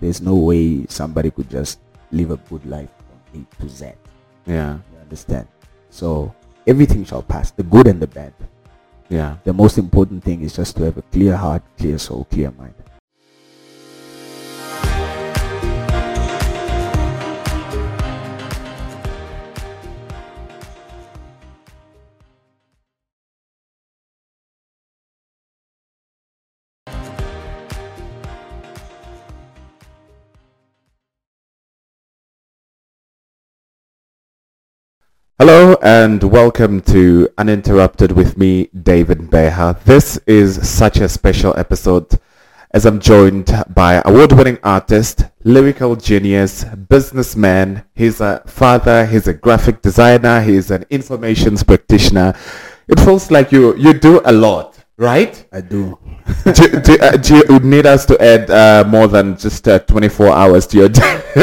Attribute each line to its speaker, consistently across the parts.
Speaker 1: There's no way somebody could just live a good life from A to Z.
Speaker 2: Yeah.
Speaker 1: You understand? So everything shall pass, the good and the bad.
Speaker 2: Yeah.
Speaker 1: The most important thing is just to have a clear heart, clear soul, clear mind.
Speaker 2: Hello and welcome to Uninterrupted with me, David Beha. This is such a special episode as I'm joined by award-winning artist, lyrical genius, businessman. He's a father, he's a graphic designer, he's an information practitioner. It feels like you, you do a lot, right?
Speaker 1: I do.
Speaker 2: do, do, uh, do you need us to add uh, more than just uh, 24 hours to your day?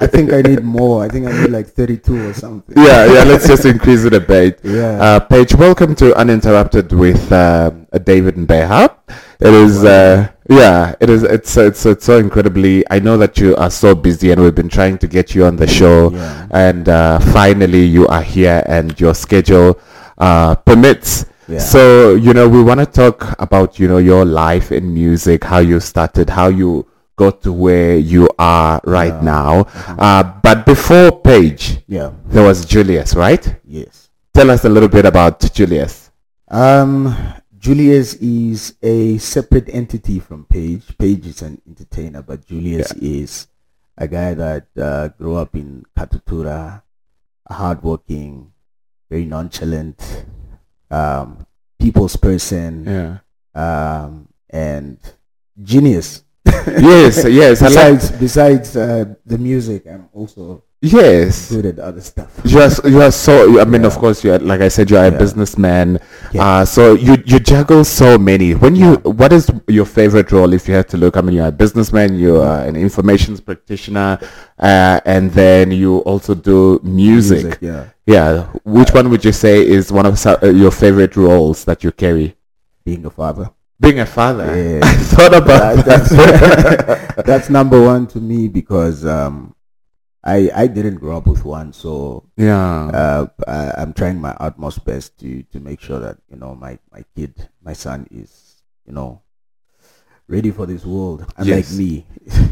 Speaker 1: I think I need more. I think I need like 32 or something.
Speaker 2: yeah, yeah. Let's just increase it a bit.
Speaker 1: Yeah.
Speaker 2: Uh, Paige, welcome to Uninterrupted with um, uh, David and Beha. It is. Uh, yeah, it is. It's it's it's so incredibly. I know that you are so busy, and we've been trying to get you on the show,
Speaker 1: Yeah.
Speaker 2: and uh, finally you are here, and your schedule uh, permits.
Speaker 1: Yeah.
Speaker 2: So you know, we want to talk about you know your life in music, how you started, how you got to where you are right now.
Speaker 1: Mm-hmm.
Speaker 2: Uh, but before Paige,
Speaker 1: Yeah.
Speaker 2: there was Julius, right?
Speaker 1: Yes.
Speaker 2: Tell us a little bit about Julius.
Speaker 1: Um, Julius is a separate entity from Paige. Paige is an entertainer, but Julius is a guy that uh, grew up in Katutura, a hardworking, very nonchalant, um, people's person,
Speaker 2: Yeah.
Speaker 1: um, and genius.
Speaker 2: yes, yes. I like,
Speaker 1: Besides, besides uh, the music, I'm also
Speaker 2: yes.
Speaker 1: good at other stuff.
Speaker 2: You are, s- you are so, I mean, of
Speaker 1: Yeah.
Speaker 2: course, you are, like I said, you are
Speaker 1: Yeah.
Speaker 2: a businessman.
Speaker 1: Yeah.
Speaker 2: Uh, so you, you juggle so many. When you, what is your favorite role if you have to look? I mean, you're a businessman, you are an information practitioner, uh, and then you also do music.
Speaker 1: yeah.
Speaker 2: Yeah. Which one would you say is one of so- uh, your favorite roles that you carry?
Speaker 1: Being a father.
Speaker 2: Being a father.
Speaker 1: Yeah.
Speaker 2: I thought about
Speaker 1: That-
Speaker 2: that.
Speaker 1: that's, that's number one to me because um, I I didn't grow up with one, so
Speaker 2: yeah.
Speaker 1: uh, I, I'm trying my utmost best to to make sure that you know my my kid, my son is you know ready for this world, unlike
Speaker 2: Yes.
Speaker 1: me.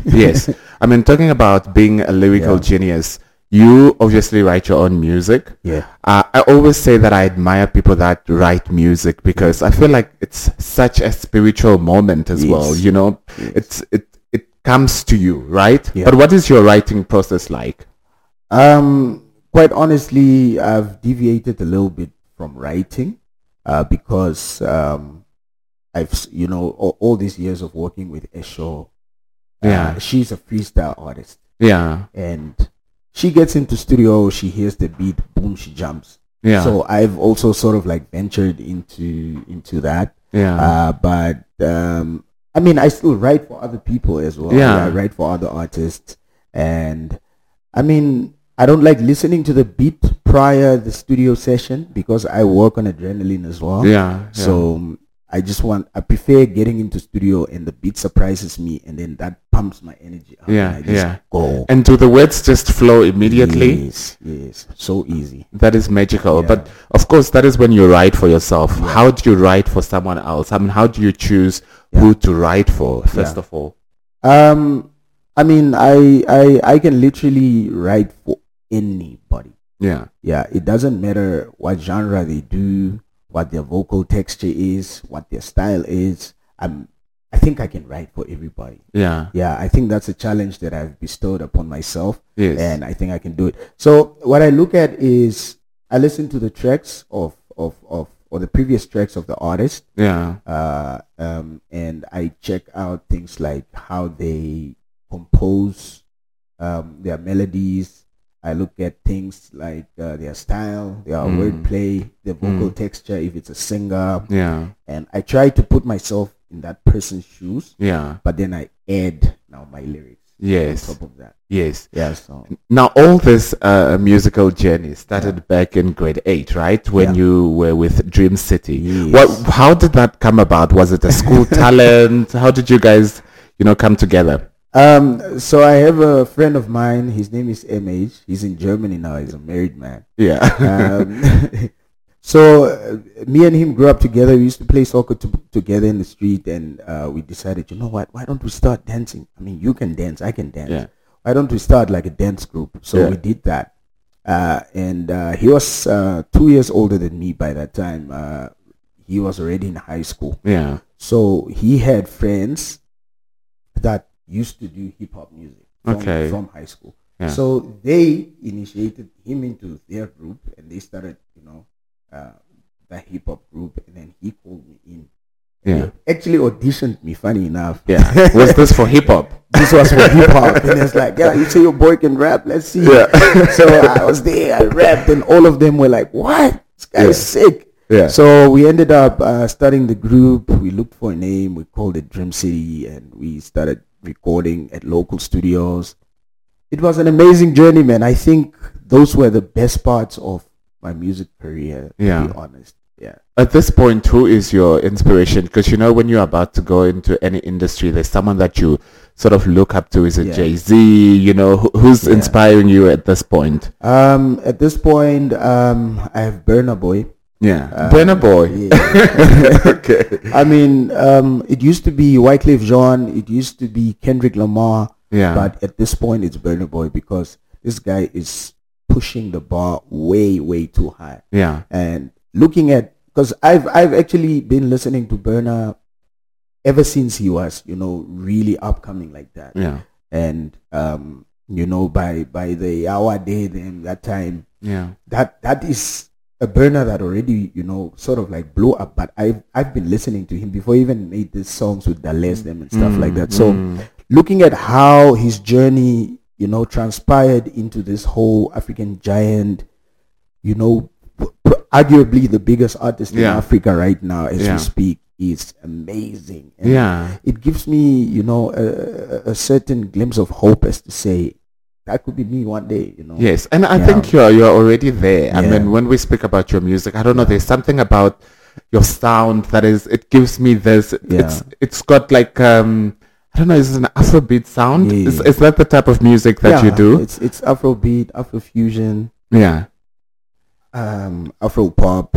Speaker 2: yes. I mean, talking about being a lyrical
Speaker 1: Yeah.
Speaker 2: genius, you obviously write your own music.
Speaker 1: yeah,
Speaker 2: Uh, I always say that I admire people that write music because I feel like it's such a spiritual moment as well.
Speaker 1: Yes.
Speaker 2: You know,
Speaker 1: Yes.
Speaker 2: it's it it comes to you, right?
Speaker 1: Yeah.
Speaker 2: But what is your writing process like?
Speaker 1: Um, quite honestly, I've deviated a little bit from writing uh, because um, I've, s- you know, all, all these years of working with Esho, uh,
Speaker 2: Yeah.
Speaker 1: she's a freestyle artist
Speaker 2: Yeah,
Speaker 1: and she gets into studio, she hears the beat, boom, she jumps.
Speaker 2: yeah,
Speaker 1: So I've also sort of like ventured into into that.
Speaker 2: yeah,
Speaker 1: Uh, but um, I mean, I still write for other people as well.
Speaker 2: Yeah.
Speaker 1: I write for other artists, and I mean, I don't like listening to the beat prior the studio session because I work on adrenaline as well.
Speaker 2: yeah, yeah.
Speaker 1: So um, I just want I prefer getting into studio and the beat surprises me, and then that pumps my energy up.
Speaker 2: Yeah,
Speaker 1: and I just
Speaker 2: yeah.
Speaker 1: Go
Speaker 2: and do the words just flow immediately?
Speaker 1: Yes, yes, so easy.
Speaker 2: That is magical.
Speaker 1: Yeah.
Speaker 2: But of course, that is when you write for yourself. How do you write for someone else? I mean, how do you choose who to write for, first
Speaker 1: Yeah.
Speaker 2: of all?
Speaker 1: Um, I mean, I I I can literally write for anybody.
Speaker 2: Yeah.
Speaker 1: Yeah, it doesn't matter what genre they do, what their vocal texture is, what their style is. I'm, I think I can write for everybody.
Speaker 2: Yeah.
Speaker 1: Yeah, I think that's a challenge that I've bestowed upon myself,
Speaker 2: Yes.
Speaker 1: and I think I can do it. So what I look at is I listen to the tracks of of of or the previous tracks of the artist,
Speaker 2: yeah.
Speaker 1: uh, um, and I check out things like how they compose um, their melodies. I look at things like uh, their style, their
Speaker 2: Mm.
Speaker 1: wordplay, their vocal
Speaker 2: Mm.
Speaker 1: texture, if it's a singer,
Speaker 2: Yeah.
Speaker 1: and I try to put myself in that person's shoes,
Speaker 2: Yeah.
Speaker 1: but then I add now my lyrics on
Speaker 2: Yes.
Speaker 1: top of that.
Speaker 2: Yes.
Speaker 1: Yeah, so
Speaker 2: Now, all this uh, musical journey started back in grade eight, right? When
Speaker 1: Yeah.
Speaker 2: you were with Dream City.
Speaker 1: Yes.
Speaker 2: What? How did that come about? Was it a school talent? How did you guys, you know, come together?
Speaker 1: Um, so I have a friend of mine. His name is MH. He's in Germany now. He's a married man.
Speaker 2: Yeah.
Speaker 1: Um, so uh, me and him grew up together. We used to play soccer to, together in the street, and uh, we decided, you know what? Why don't we start dancing? I mean, you can dance. I can dance.
Speaker 2: Yeah.
Speaker 1: Why don't we start like a dance group? So
Speaker 2: Yeah.
Speaker 1: we did that. Uh, and uh, he was uh, two years older than me by that time. Uh, he was already in high school.
Speaker 2: yeah.
Speaker 1: So he had friends that used to do hip hop music from,
Speaker 2: Okay.
Speaker 1: from high school.
Speaker 2: Yeah.
Speaker 1: So they initiated him into their group, and they started, you know, uh, the hip hop group. And then he called me in.
Speaker 2: Yeah.
Speaker 1: He actually auditioned me. Funny enough,
Speaker 2: Yeah. Was this for hip hop?
Speaker 1: this was for hip hop, and it's like, yeah, you say your boy can rap. Let's see.
Speaker 2: Yeah.
Speaker 1: so I was there, I rapped, and all of them were like, "What? This guy is sick."
Speaker 2: Yeah.
Speaker 1: So we ended up uh, starting the group. We looked for a name. We called it Dream City, and we started recording at local studios. It was an amazing journey, man. I think those were the best parts of my music career.
Speaker 2: Yeah.
Speaker 1: To be honest. Yeah.
Speaker 2: At this point, who is your inspiration? Because you know, when you're about to go into any industry, there's someone that you sort of look up to. Is it
Speaker 1: Yeah.
Speaker 2: Jay Z? You know, who, who's
Speaker 1: Yeah.
Speaker 2: inspiring you at this point?
Speaker 1: Um, at this point, um, I have Burna Boy.
Speaker 2: Yeah,
Speaker 1: Uh,
Speaker 2: Burner Boy.
Speaker 1: Yeah.
Speaker 2: okay.
Speaker 1: I mean, um, it used to be Wyclef Jean, it used to be Kendrick Lamar,
Speaker 2: Yeah.
Speaker 1: but at this point it's Burner Boy because this guy is pushing the bar way, way too high.
Speaker 2: yeah.
Speaker 1: And looking at, because I've I've actually been listening to Burner ever since he was, you know, really upcoming like that.
Speaker 2: Yeah.
Speaker 1: And um, you know, by by the hour day then that time,
Speaker 2: Yeah.
Speaker 1: that that is a burner that already you know sort of like blew up but i've i've been listening to him before he even made these songs with Dales them and stuff like that so
Speaker 2: Mm-hmm.
Speaker 1: looking at how his journey you know transpired into this whole african giant you know p- p- arguably the biggest artist
Speaker 2: Yeah.
Speaker 1: in africa right now as
Speaker 2: Yeah.
Speaker 1: we speak is amazing And
Speaker 2: Yeah.
Speaker 1: it gives me you know a, a- a certain glimpse of hope as to say that could be me one day you know
Speaker 2: Yes, and I
Speaker 1: Yeah.
Speaker 2: think you're you're already there. I
Speaker 1: Yeah.
Speaker 2: mean, when we speak about your music, I don't know. There's something about your sound that is. It gives me this. It's it's got like um I don't know. Is it an Afrobeat sound?
Speaker 1: Yeah.
Speaker 2: Is, is that the type of music that you
Speaker 1: Yeah,
Speaker 2: do?
Speaker 1: It's it's Afrobeat, Afrofusion,
Speaker 2: Yeah.
Speaker 1: um, Afro pop,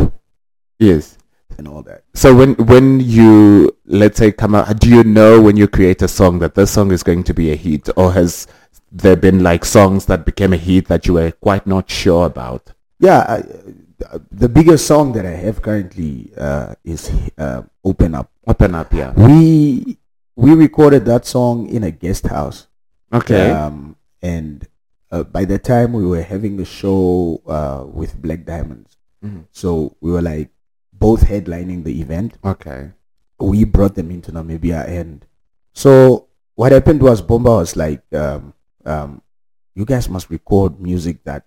Speaker 2: Yes.
Speaker 1: and all that.
Speaker 2: So when when you let's say come out, do you know when you create a song that this song is going to be a hit, or has there been like songs that became a hit that you were quite not sure about?
Speaker 1: Yeah, I, uh, the biggest song that I have currently uh, is uh, "Open Up."
Speaker 2: Open up, yeah.
Speaker 1: We we recorded that song in a guest house,
Speaker 2: Okay.
Speaker 1: um, and uh, by the time we were having the show uh, with Black Diamonds,
Speaker 2: Mhm.
Speaker 1: so we were like both headlining the event.
Speaker 2: Okay.
Speaker 1: we brought them into Namibia. And so what happened was Bomba was like, um, um, you guys must record music that,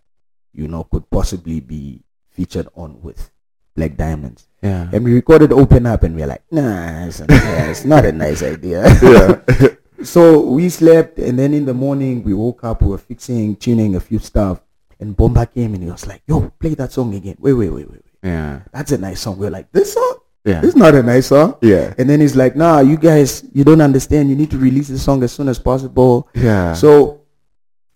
Speaker 1: you know, could possibly be featured on with Black Diamonds.
Speaker 2: Yeah.
Speaker 1: And we recorded Open Up and we are like, nah, it's, yeah, it's not a nice idea.
Speaker 2: yeah.
Speaker 1: so we slept and then in the morning we woke up, we were fixing, tuning a few stuff. And Bomba came and he was like, yo, play that song again. Wait, wait, wait, wait. wait.
Speaker 2: Yeah.
Speaker 1: That's a nice song. We are like, this song?
Speaker 2: Yeah.
Speaker 1: It's not a nice song.
Speaker 2: Yeah.
Speaker 1: And then he's like, nah, you guys, you don't understand. You need to release this song as soon as possible.
Speaker 2: Yeah.
Speaker 1: So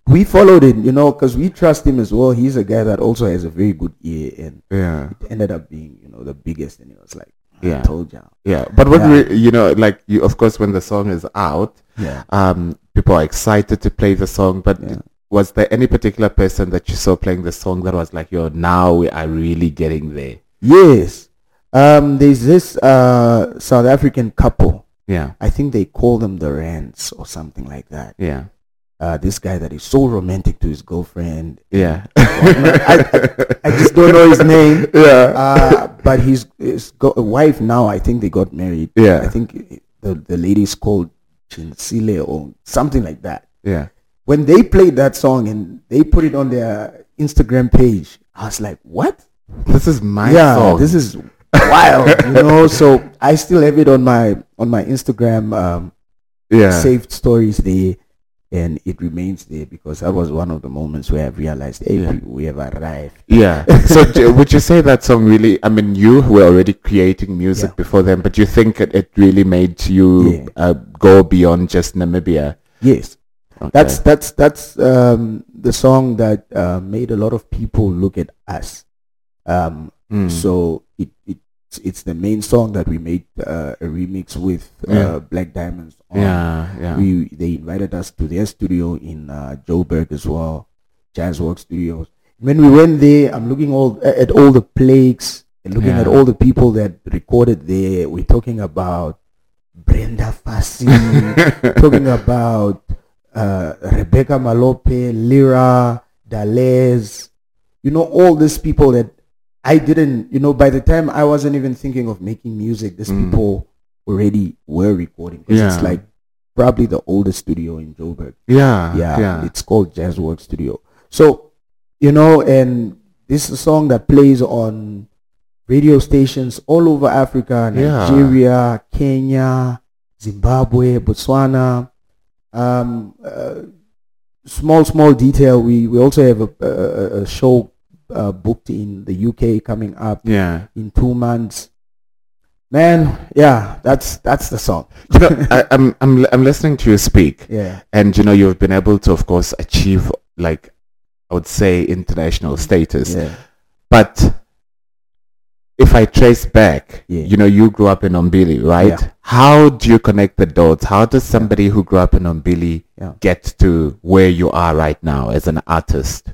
Speaker 1: we followed it, you know, because we trust him as well. He's a guy that also has a very good ear and
Speaker 2: yeah.
Speaker 1: it ended up being, you know, the biggest. And he was like, I
Speaker 2: Yeah.
Speaker 1: told you.
Speaker 2: Yeah. But when
Speaker 1: Yeah.
Speaker 2: we, you know, like you, of course, when the song is out,
Speaker 1: Yeah.
Speaker 2: um, people are excited to play the song. But
Speaker 1: Yeah.
Speaker 2: was there any particular person that you saw playing the song that was like, "Yo, now we are really getting there"?
Speaker 1: Yes. Um, there's this uh, South African couple.
Speaker 2: Yeah.
Speaker 1: I think they call them the Rants or something like that.
Speaker 2: Yeah.
Speaker 1: Uh, this guy that is so romantic to his girlfriend.
Speaker 2: Yeah.
Speaker 1: I- I just don't know his name.
Speaker 2: yeah.
Speaker 1: uh, but he's, he's got a wife now. I think they got married.
Speaker 2: Yeah.
Speaker 1: I think the the lady's called Chinsile or something like that.
Speaker 2: yeah.
Speaker 1: When they played that song and they put it on their Instagram page, I was like, "What?
Speaker 2: This is my
Speaker 1: yeah,
Speaker 2: song.
Speaker 1: this is wild." you know, so I still have it on my on my Instagram um,
Speaker 2: yeah.
Speaker 1: saved stories there. And it remains there because that was one of the moments where I realized, hey,
Speaker 2: Yeah.
Speaker 1: we- we have arrived.
Speaker 2: Yeah. So j- would you say that song really? I mean, you were already creating music
Speaker 1: Yeah.
Speaker 2: before then, but you think it, it really made
Speaker 1: Yeah.
Speaker 2: you uh, go beyond just Namibia?
Speaker 1: Yes, that's that's that's um, the song that uh, made a lot of people look at us. Um,
Speaker 2: Mm.
Speaker 1: So it, it it's the main song that we made uh, a remix with uh,
Speaker 2: Yeah.
Speaker 1: Black Diamonds. On.
Speaker 2: yeah, yeah.
Speaker 1: We they invited us to their studio in uh, Joburg as well, Jazz Work Studios. When we went there, I'm looking all at all the plagues, looking at
Speaker 2: Yeah.
Speaker 1: all the people that recorded there. We're talking about Brenda Fassie, talking about uh, Rebecca Malope, Lyra, Dales, you know, all these people that I didn't, you know, by the time I wasn't even thinking of making music, these
Speaker 2: Mm.
Speaker 1: people already were recording. 'Cause
Speaker 2: Yeah.
Speaker 1: It's like probably the oldest studio in Joburg.
Speaker 2: yeah,
Speaker 1: yeah,
Speaker 2: yeah.
Speaker 1: It's called Jazz Work Studio. So, you know, and this is a song that plays on radio stations all over Africa,
Speaker 2: Yeah.
Speaker 1: Nigeria, Kenya, Zimbabwe, Botswana. Um, uh, small, small detail. We, we also have a, a, a show uh, booked in the UK coming up
Speaker 2: Yeah.
Speaker 1: in two months. Man, yeah, that's that's the song.
Speaker 2: You know, I, I'm, I'm, I'm listening to you speak,
Speaker 1: Yeah,
Speaker 2: and you know, you've been able to, of course, achieve like I would say international status.
Speaker 1: yeah,
Speaker 2: But if I trace back,
Speaker 1: Yeah.
Speaker 2: you know, you grew up in Ombili, right?
Speaker 1: Yeah.
Speaker 2: How do you connect the dots? How does somebody who grew up in Ombili
Speaker 1: yeah.
Speaker 2: get to where you are right now as an artist?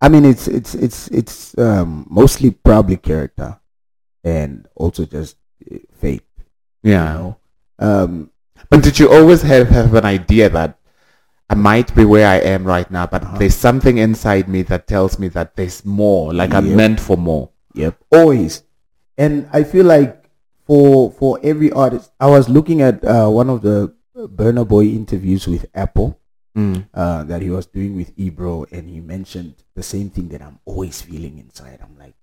Speaker 1: I mean, it's it's it's it's um, mostly probably character, and also just uh, faith. You
Speaker 2: Yeah.
Speaker 1: know, um,
Speaker 2: But did you always have, have an idea that I might be where I am right now, but
Speaker 1: Uh-huh.
Speaker 2: there's something inside me that tells me that there's more, like I'm
Speaker 1: Yep.
Speaker 2: meant for more.
Speaker 1: yep, always. And I feel like for for every artist, I was looking at uh, one of the Burner Boy interviews with Apple
Speaker 2: Mm.
Speaker 1: uh, that he was doing with Ebro, and he mentioned the same thing that I'm always feeling inside. I'm like,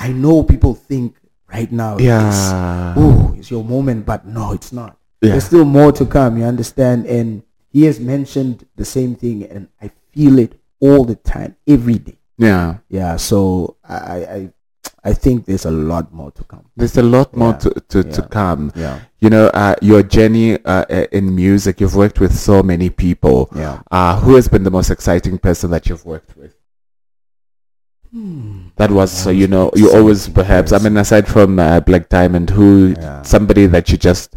Speaker 1: I know people think right now, it's-
Speaker 2: Yeah.
Speaker 1: ooh, it's your moment, but no, it's not.
Speaker 2: Yeah.
Speaker 1: There's still more to come, you understand? And he has mentioned the same thing, and I feel it all the time, every day.
Speaker 2: yeah.
Speaker 1: Yeah, so I, I, I- I think there's a lot more to come.
Speaker 2: There's a lot more
Speaker 1: Yeah.
Speaker 2: to, to, to
Speaker 1: Yeah.
Speaker 2: come.
Speaker 1: Yeah,
Speaker 2: you know, uh, your journey uh, uh, in music, you've worked with so many people.
Speaker 1: yeah.
Speaker 2: Uh, who has been the most exciting person that you've worked with?
Speaker 1: Hmm.
Speaker 2: That was, so you know, you always perhaps, I mean, aside from uh, Black Diamond, who,
Speaker 1: Yeah.
Speaker 2: somebody that you just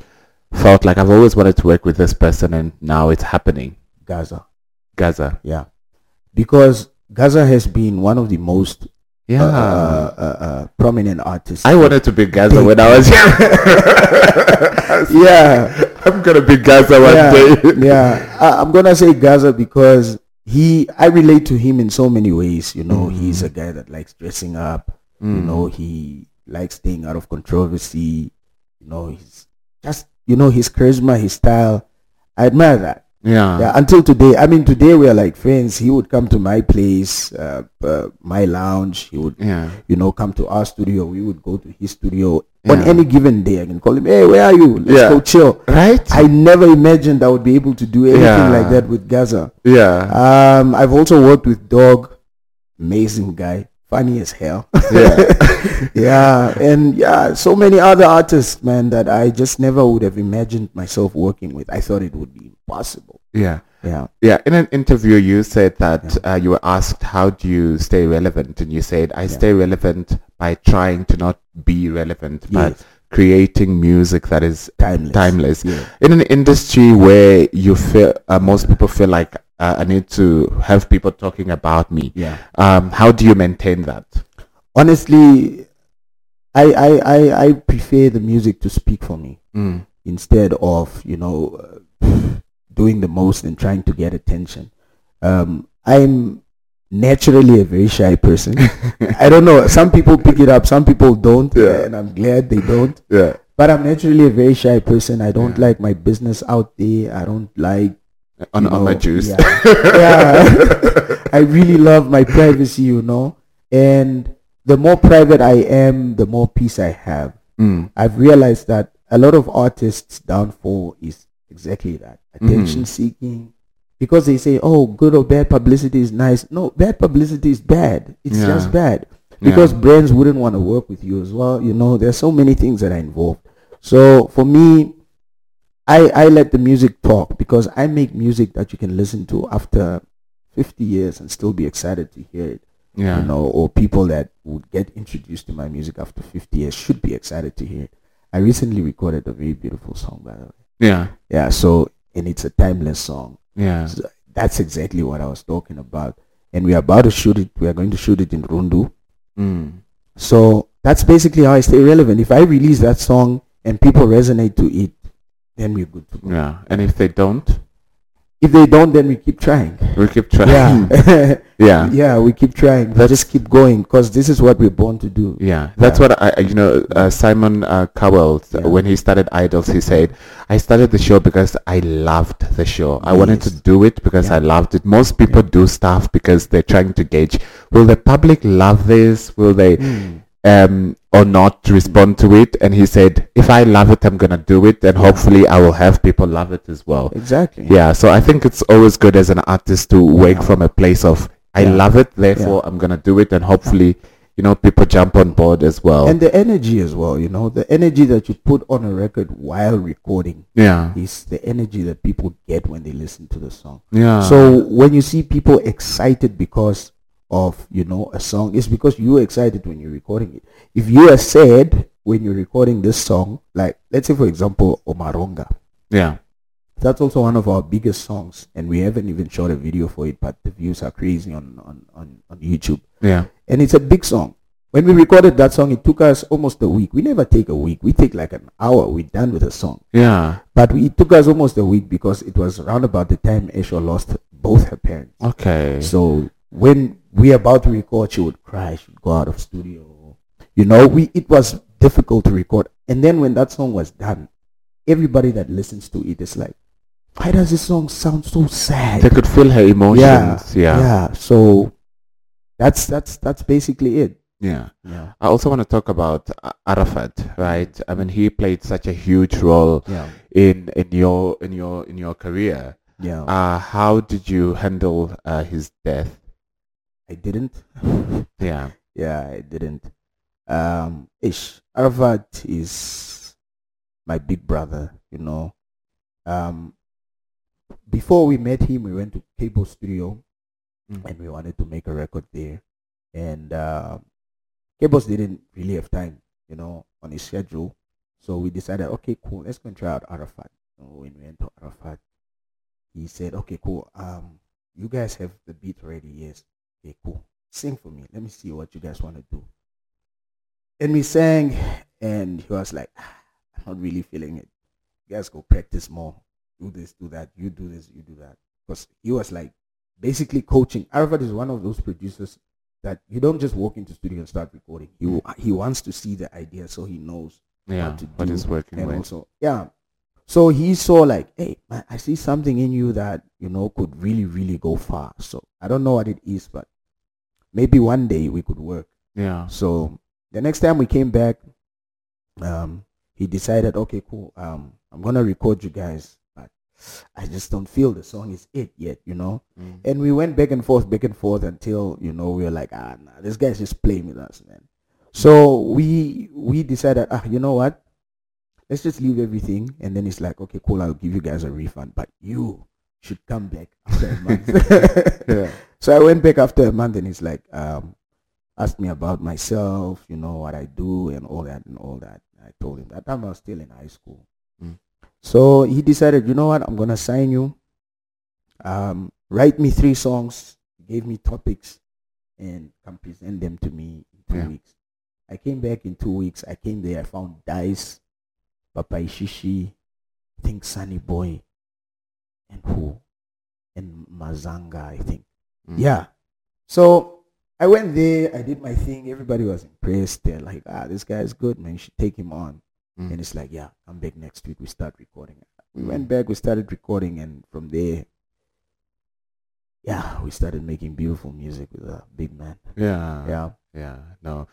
Speaker 2: felt like, I've always wanted to work with this person and now it's happening.
Speaker 1: Gaza.
Speaker 2: Gaza.
Speaker 1: Yeah, because Gaza has been one of the most
Speaker 2: Yeah.
Speaker 1: uh, uh, uh, uh, prominent artists.
Speaker 2: Ah. I wanted to be Gaza when I was young.
Speaker 1: yeah,
Speaker 2: I'm going to be Gaza one
Speaker 1: yeah,
Speaker 2: day.
Speaker 1: yeah. I, I'm gonna say Gaza because he, I relate to him in so many ways. You know, he's a guy that likes dressing up. You
Speaker 2: Mm-hmm. Mm.
Speaker 1: know, he likes staying out of controversy. You know, he's just, you know, his charisma, his style. I admire that.
Speaker 2: Yeah.
Speaker 1: Yeah, until today. I mean, today we are like friends. He would come to my place, uh, uh, my lounge. He would,
Speaker 2: Yeah.
Speaker 1: you know, come to our studio. We would go to his studio on
Speaker 2: Yeah.
Speaker 1: any given day. I can call him, hey, where are you? Let's
Speaker 2: Yeah.
Speaker 1: go chill.
Speaker 2: Right?
Speaker 1: I never imagined I would be able to do anything
Speaker 2: Yeah.
Speaker 1: like that with Gaza.
Speaker 2: yeah.
Speaker 1: Um, I've also worked with Dog, amazing guy, funny as hell.
Speaker 2: yeah.
Speaker 1: yeah, and yeah, so many other artists, man, that I just never would have imagined myself working with. I thought it would be impossible.
Speaker 2: Yeah.
Speaker 1: Yeah,
Speaker 2: Yeah, in an interview, you said that uh, you were asked, how do you stay relevant? And you said, I stay relevant by trying to not be relevant, but
Speaker 1: Yes.
Speaker 2: creating music that is
Speaker 1: timeless.
Speaker 2: timeless.
Speaker 1: Yeah.
Speaker 2: In an industry where you feel, uh, most people feel like, uh, I need to have people talking about me.
Speaker 1: Yeah.
Speaker 2: Um, how do you maintain that?
Speaker 1: Honestly, I, I I I prefer the music to speak for me
Speaker 2: Mm.
Speaker 1: instead of you know uh, doing the most and trying to get attention. Um, I'm naturally a very shy person. I don't know. Some people pick it up, some people don't,
Speaker 2: Yeah.
Speaker 1: and I'm glad they don't.
Speaker 2: Yeah.
Speaker 1: But I'm naturally a very shy person. I don't
Speaker 2: Yeah.
Speaker 1: like my business out there. I don't like
Speaker 2: On,
Speaker 1: you
Speaker 2: on my
Speaker 1: know,
Speaker 2: juice.
Speaker 1: yeah. Yeah. I really love my privacy, you know. And the more private I am, the more peace I have.
Speaker 2: Mm.
Speaker 1: I've realized that a lot of artists' downfall is exactly that
Speaker 2: Mm.
Speaker 1: attention seeking. Because they say, oh, good or bad publicity is nice. No, bad publicity is bad. It's
Speaker 2: Yeah.
Speaker 1: just bad.
Speaker 2: Yeah.
Speaker 1: Because brands wouldn't want to work with you as well. You know, there's so many things that are involved. So for me, I, I let the music talk because I make music that you can listen to after 50 years and still be excited to hear it.
Speaker 2: Yeah.
Speaker 1: You know, or people that would get introduced to my music after 50 years should be excited to hear it. I recently recorded a very beautiful song, by the way.
Speaker 2: Yeah.
Speaker 1: Yeah, so, and it's a timeless song.
Speaker 2: Yeah.
Speaker 1: So that's exactly what I was talking about. And we're about to shoot it. We are going to shoot it in Rundu.
Speaker 2: Mm.
Speaker 1: So that's basically how I stay relevant. If I release that song and people resonate to it, then we're good to go.
Speaker 2: Yeah. And if they don't,
Speaker 1: If they don't, then we keep trying.
Speaker 2: we keep trying.
Speaker 1: Yeah.
Speaker 2: yeah.
Speaker 1: yeah, we keep trying. We just keep going because this is what we're born to do.
Speaker 2: Yeah, that's
Speaker 1: Yeah.
Speaker 2: what I, I- you know, uh, Simon uh, Cowell, uh
Speaker 1: Yeah.
Speaker 2: when he started Idols, he said, I started the show because I loved the show. I wanted to
Speaker 1: Yes.
Speaker 2: do it because
Speaker 1: Yeah.
Speaker 2: I loved it. Most people do stuff because they're trying to gauge, will the public love this? Will they,
Speaker 1: Hmm.
Speaker 2: um, or not respond to it? And he said, if I love it, I'm going to do it. And hopefully I will have people love it as well.
Speaker 1: Exactly.
Speaker 2: Yeah, so I think it's always good as an artist to work
Speaker 1: Yeah.
Speaker 2: from a place of I
Speaker 1: Yeah.
Speaker 2: love it, therefore I'm gonna do it, and hopefully, you know, people jump on board as well.
Speaker 1: And the energy as well, you know, the energy that you put on a record while recording
Speaker 2: yeah,
Speaker 1: is the energy that people get when they listen to the song.
Speaker 2: yeah.
Speaker 1: So when you see people excited because of, you know, a song, it's because you were excited when you're recording it. If you are sad when you're recording this song, like let's say for example Omaronga.
Speaker 2: yeah,
Speaker 1: That's also one of our biggest songs and we haven't even shot a video for it, but the views are crazy on, on, on, on YouTube.
Speaker 2: yeah,
Speaker 1: and it's a big song. When we recorded that song, it took us almost a week. We never take a week. We take like an hour. We're done with the song.
Speaker 2: yeah.
Speaker 1: But we, it took us almost a week because it was around about the time Esho lost both her parents.
Speaker 2: Okay.
Speaker 1: So when we about to record, she would cry. She would go out of studio. You know, we it was difficult to record. And then when that song was done, everybody that listens to it is like, why does this song sound so sad?
Speaker 2: they could feel her
Speaker 1: yeah.
Speaker 2: emotions. Yeah, yeah.
Speaker 1: yeah. So that's that's that's basically it. Yeah.
Speaker 2: I also want to talk about A- Arafat, right? I mean, he played such a huge role
Speaker 1: Yeah.
Speaker 2: in in your in your in your career.
Speaker 1: Yeah.
Speaker 2: Uh, how did you handle uh, his death?
Speaker 1: I didn't.
Speaker 2: Yeah,
Speaker 1: yeah, I didn't. Um, ish. Arafat is my big brother, you know. Um, before we met him, we went to Cable Studio
Speaker 2: Mm.
Speaker 1: and we wanted to make a record there. And uh, Cables didn't really have time, you know, on his schedule. So we decided, okay, cool, let's go and try out Arafat. So when we went to Arafat, he said, okay, cool, um, you guys have the beat ready, yes. Okay, cool. Sing for me. Let me see what you guys want to do. And we sang, and he was like, "Ah, I'm not really feeling it. You guys go practice more. Do this, do that. You do this, you do that. Because he was like basically coaching. Arafat is one of those producers that you don't just walk into studio and start recording. He, wa- he wants to see the idea so he knows
Speaker 2: yeah.
Speaker 1: to
Speaker 2: What
Speaker 1: do
Speaker 2: is working
Speaker 1: and
Speaker 2: with?
Speaker 1: also yeah so he saw like hey man, i see something in you that you know could really really go far so i don't know what it is but maybe one day we could work
Speaker 2: Yeah.
Speaker 1: so the next time we came back um he decided okay cool um i'm gonna record you guys but i just don't feel the song is it yet you know
Speaker 2: Mm.
Speaker 1: and we went back and forth, back and forth until you know we were like, ah, nah, this guy's just playing with us, man. So we we decided, ah, you know what? Let's just leave everything, and then it's like, okay, cool, I'll give you guys a refund, but you should come back after a month.
Speaker 2: Yeah.
Speaker 1: So I went back after a month, and he's like, um, asked me about myself, you know, what I do, and all that, and all that. I told him that time I was still in high school.
Speaker 2: Mm.
Speaker 1: So he decided, you know what, I'm gonna sign you. Um, write me three songs. He gave me topics, and come present them to me in two
Speaker 2: Yeah.
Speaker 1: weeks. I came back in two weeks. I came there. I found Dice, Papa Ishishi, Think Sunny Boy, and who, and Mazanga, I think.
Speaker 2: Mm.
Speaker 1: Mm-hmm. Yeah. So I went there, I did my thing, everybody was impressed. They're like, ah, this guy's good, man. You should take him on.
Speaker 2: Mm.
Speaker 1: And it's like, yeah, I'm back next week. We start recording. We went back, we started recording, and from there, yeah, we started making beautiful music with a big man.
Speaker 2: Yeah.
Speaker 1: Yeah.
Speaker 2: Yeah. No.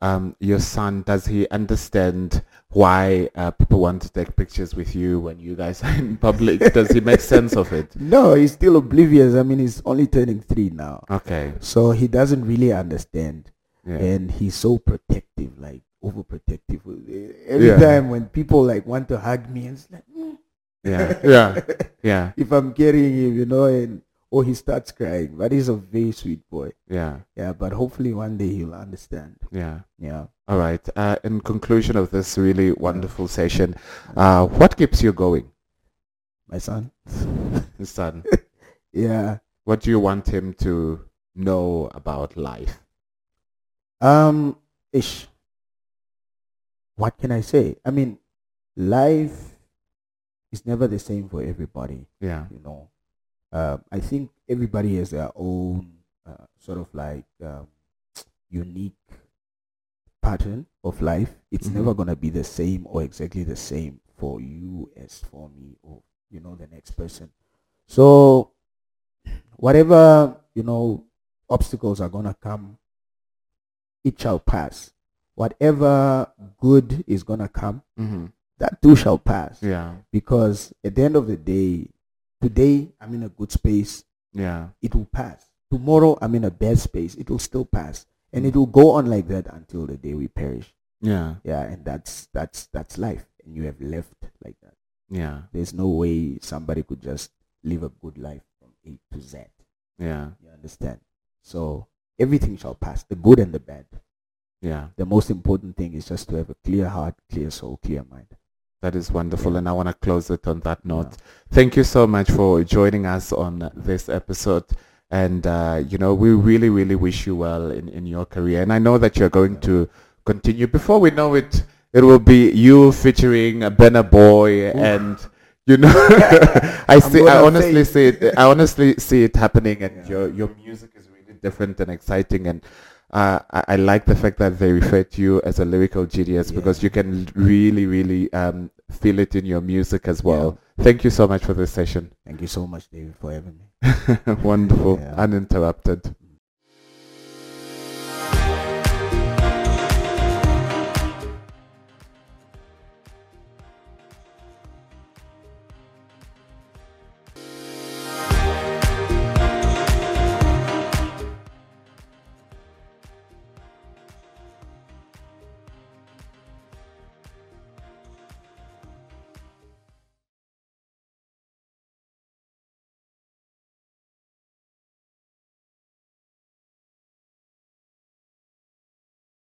Speaker 2: Um, your son, does he understand why uh, people want to take pictures with you when you guys are in public? does he make sense of it?
Speaker 1: No, he's still oblivious. I mean, he's only turning three now.
Speaker 2: Okay.
Speaker 1: So he doesn't really understand.
Speaker 2: Yeah.
Speaker 1: and he's so protective, like overprotective. Every
Speaker 2: Yeah.
Speaker 1: time when people like want to hug me, it's like, "Mm,
Speaker 2: yeah, yeah, yeah,
Speaker 1: if I'm carrying him, you know, and or he starts crying. But he's a very sweet boy.
Speaker 2: yeah,
Speaker 1: Yeah, but hopefully one day he'll understand.
Speaker 2: yeah.
Speaker 1: Yeah.
Speaker 2: All right. Uh, in conclusion of this really wonderful session, uh, what keeps you going,
Speaker 1: My son.
Speaker 2: son?
Speaker 1: Yeah.
Speaker 2: What do you want him to know about life?
Speaker 1: Um ish. What can I say? I mean, life is never the same for everybody.
Speaker 2: Yeah,
Speaker 1: you know. Um, I think everybody has their own uh, sort of like um, unique pattern of life. It's
Speaker 2: Mhm.
Speaker 1: never going to be the same or exactly the same for you as for me or, you know, the next person. So whatever, you know, obstacles are going to come, it shall pass. Whatever good is going to come,
Speaker 2: mm-hmm.
Speaker 1: that too shall pass
Speaker 2: yeah,
Speaker 1: because at the end of the day, today I'm in a good space,
Speaker 2: yeah,
Speaker 1: it will pass. Tomorrow I'm in a bad space, it will still pass, and it will go on like that until the day we perish.
Speaker 2: yeah,
Speaker 1: Yeah, and that's that's that's life, and you have left like that.
Speaker 2: yeah,
Speaker 1: There's no way somebody could just live a good life from A to Z.
Speaker 2: yeah,
Speaker 1: You understand? So everything shall pass, the good and the bad.
Speaker 2: yeah.
Speaker 1: The most important thing is just to have a clear heart, clear soul, clear mind.
Speaker 2: That is wonderful, and I want to close it on that note. Thank you so much for joining us on this episode. And, uh, you know, we really, really wish you well in, in your career. And I know that you're going to continue. Before we know it, it will be you featuring Benna Boy and, you know, I see, I
Speaker 1: gonna
Speaker 2: honestly
Speaker 1: say-
Speaker 2: see it, I honestly see it happening and
Speaker 1: Yeah.
Speaker 2: your, your music is really different and exciting and uh, I, I like the fact that they refer to you as a lyrical genius because
Speaker 1: Yeah.
Speaker 2: you can really, really um, feel it in your music as well. Thank you so much for this session.
Speaker 1: Thank you so much, David, for having me.
Speaker 2: Wonderful,
Speaker 1: Yeah.
Speaker 2: uninterrupted.